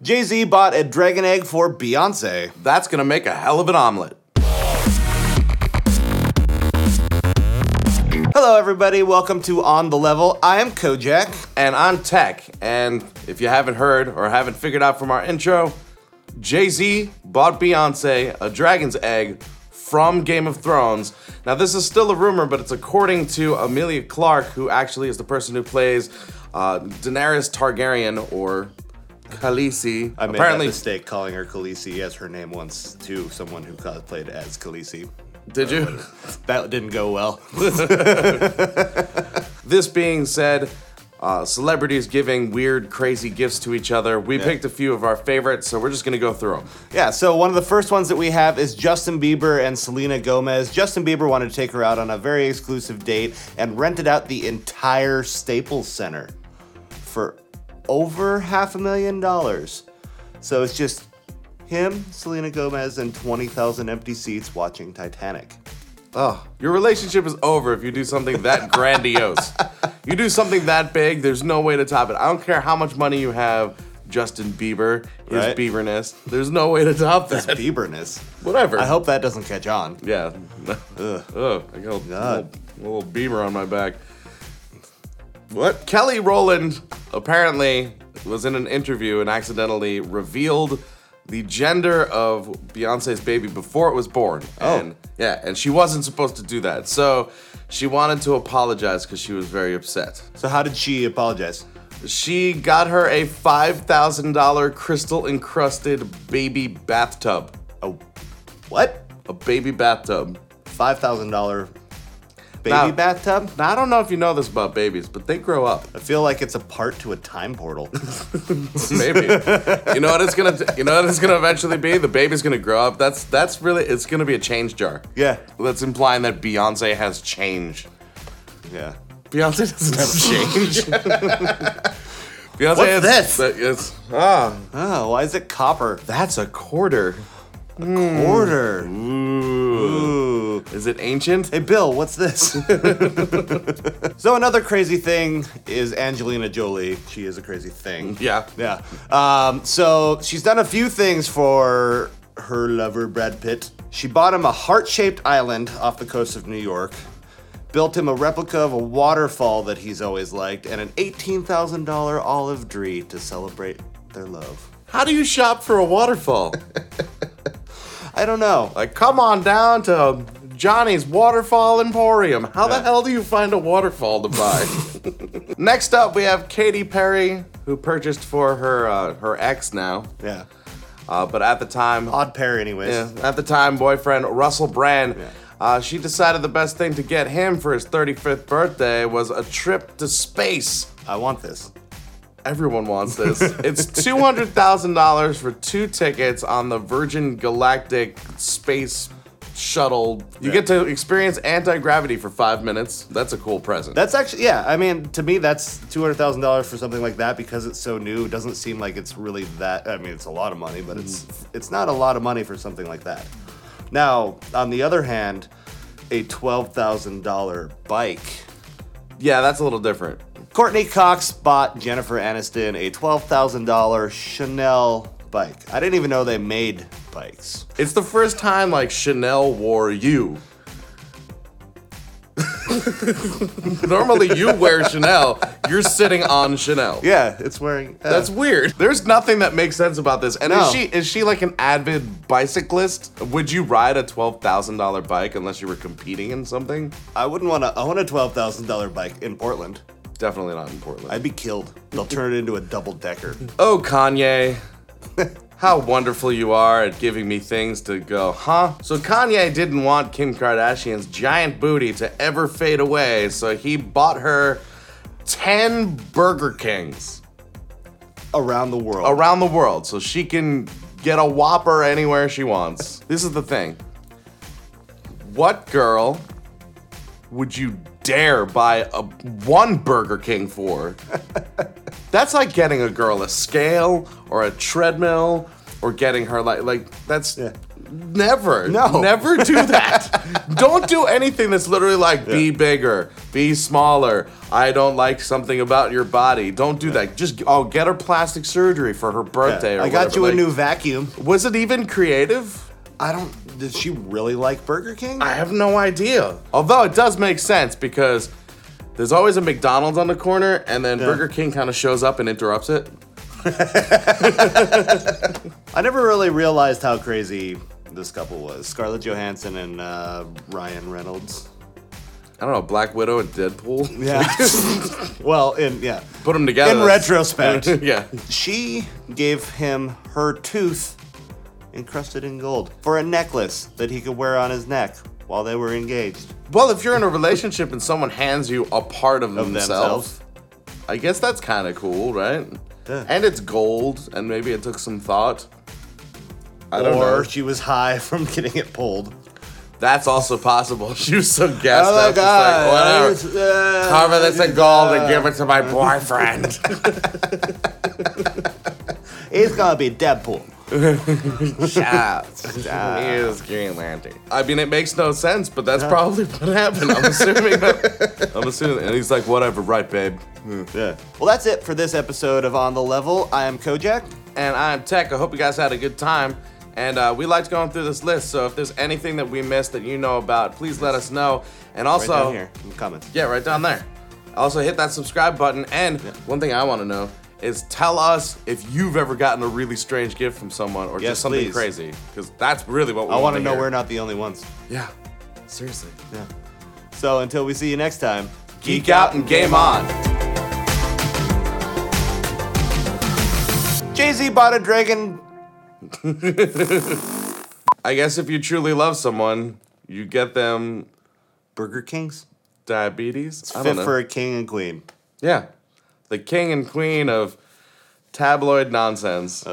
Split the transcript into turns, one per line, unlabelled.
Jay Z bought a dragon egg for Beyonce.
That's gonna make a hell of an omelet.
Hello, everybody. Welcome to On the Level. I am Kojak.
And I'm Tech, and if you haven't heard or haven't figured out from our intro, Jay Z bought Beyonce a dragon's egg from Game of Thrones. Now, this is still a rumor, but it's according to Amelia Clark, who actually is the person who plays uh, Daenerys Targaryen or Khaleesi.
I made that mistake calling her Khaleesi as her name once to someone who cosplayed as Khaleesi.
did you?
That didn't go well.
This being said, uh, celebrities giving weird, crazy gifts to each other. We picked a few of our favorites, so we're just gonna go through them.
yeah, so one of the first ones that we have is Justin Bieber and Selena Gomez. Justin Bieber wanted to take her out on a very exclusive date and rented out the entire Staples Center for over half a million dollars. So it's just him, Selena Gomez, and 20,000 empty seats watching Titanic.
Your relationship is over if you do something that grandiose. You do something that big, there's no way to top it. I don't care how much money you have, Justin Bieber, his
Right.
Bieberness. There's no way to top
That's
that.
Bieberness.
Whatever.
I hope that doesn't catch on.
Yeah. Ugh. I got a little,
God.
little beamer on my back. What? Kelly Rowland apparently was in an interview and accidentally revealed the gender of Beyonce's baby before it was born.
Oh.
And, yeah, and she wasn't supposed to do that. So she wanted to apologize because she was very upset.
So how did she apologize?
She got her a $5,000 crystal encrusted baby bathtub.
Oh, what?
A baby bathtub.
Five thousand dollar baby
Now-
bathtub?
Now, I don't know if you know this about babies, but they grow up.
I feel like it's a part to a time portal.
Maybe. you know what it's gonna. You know what it's gonna eventually be. The baby's gonna grow up. That's that's really. It's gonna be a change jar.
yeah.
That's implying that Beyonce has change.
Yeah.
Beyonce doesn't have change. Beyonce
What's
has,
this?
that- it's- ah,
Oh, why is it copper?
that's a quarter.
Order.
Ooh. Is it ancient?
Hey Bill, what's this? so another crazy thing is Angelina Jolie. She is a crazy thing.
Yeah.
Yeah. Um, so she's done a few things for her lover, Brad Pitt. She bought him a heart shaped island off the coast of New York, built him a replica of a waterfall that he's always liked, and an $18,000 olive tree to celebrate their love.
How do you shop for a waterfall?
I don't know.
like, come on down to Johnny's Waterfall Emporium. How the hell do you find a waterfall to buy? Next up, we have Katy Perry, who purchased for her uh, her ex now,
Yeah.
uh, but at the time,
Odd pair, anyways.
yeah, at the time boyfriend Russell Brand.
Yeah.
Uh, she decided the best thing to get him for his 35th birthday was a trip to space.
I want this.
Everyone wants this. it's two hundred thousand dollars for two tickets on the Virgin Galactic space shuttle. You
Yeah.
get to experience anti gravity for five minutes. That's a cool present.
That's actually, yeah. I mean, to me, that's two hundred thousand dollars for something like that because it's so new. It doesn't seem like it's really that. I mean, it's a lot of money, but it's
Mm-hmm.
it's not a lot of money for something like that. Now, on the other hand, a twelve thousand dollar bike.
yeah, that's a little different.
Courtney Cox bought Jennifer Aniston a twelve thousand dollar Chanel bike. I didn't even know they made bikes.
It's the first time like Chanel wore you. Normally, you wear Chanel. You're sitting on Chanel.
Yeah, it's wearing. uh,
That's weird. There's nothing that makes sense about this. And
No.
is she is she like an avid bicyclist? Would you ride a twelve thousand dollar bike unless you were competing in something?
I wouldn't want to own a twelve thousand dollar bike in Portland.
Definitely not in Portland.
I'd be killed. They'll turn it into a double decker.
oh Kanye. How wonderful you are at giving me things to go, huh? So Kanye didn't want Kim Kardashian's giant booty to ever fade away, so he bought her 10 Burger Kings
around the world.
around the world so she can get a Whopper anywhere she wants. this is the thing. What girl would you dare buy a one Burger King for? that's like getting a girl a scale or a treadmill or getting her like like that's
Yeah.
Never.
No.
Never do that. don't do anything that's literally like be bigger, be smaller. I don't like something about your body. Don't do that. Just oh, get her plastic surgery for her birthday. Or
I got
whatever.
you a
Like,
new vacuum.
Was it even creative?
I don't. Did she really like Burger King?
I have no idea. Although it does make sense because there's always a McDonald's on the corner, and then Burger King kind of shows up and interrupts it.
I never really realized how crazy this couple was. Scarlett Johansson and uh, Ryan Reynolds.
I don't know, Black Widow and Deadpool.
Yeah. well, in yeah.
Put them together.
In
that's-
retrospect,
yeah.
she gave him her tooth encrusted in gold for a necklace that he could wear on his neck while they were engaged.
Well, if you're in a relationship and someone hands you a part of, themselves,
themselves.
I guess that's kind of cool, right?
Yeah.
And it's gold, and maybe it took some thought. I don't
or
know.
she was high from getting it pulled.
That's also possible. She was so
Oh
gassed up. just Like, whatever.
Uh,
Cover this in gold and give it to my boyfriend.
He's gonna be Deadpool.
Shots. Here's Green Lantern. I mean, it makes no sense, but that's probably what happened. I'm assuming. That, I'm assuming. And he's like, whatever, right, babe.
Yeah. Well, that's it for this episode of On the Level. I am Kojak.
and I'm Tech. I hope you guys had a good time. And uh, we liked going through this list, so if there's anything that we missed that you know about, please let us know. And
Right
also,
down here in the comments.
yeah, right down there. Also, hit that subscribe button. And one thing I want to know is tell us if you've ever gotten a really strange gift from someone or
Yes,
just something
please.
crazy, because that's really what we
I want
wanna
to know
hear.
we're not the only ones.
Yeah, seriously.
Yeah. So until we see you next time,
Geek out and game on.
Jay Z bought a dragon.
I guess if you truly love someone, you get them
Burger King's
diabetes. I don't
fit
know.
for a king and queen.
Yeah. The king and queen of tabloid nonsense.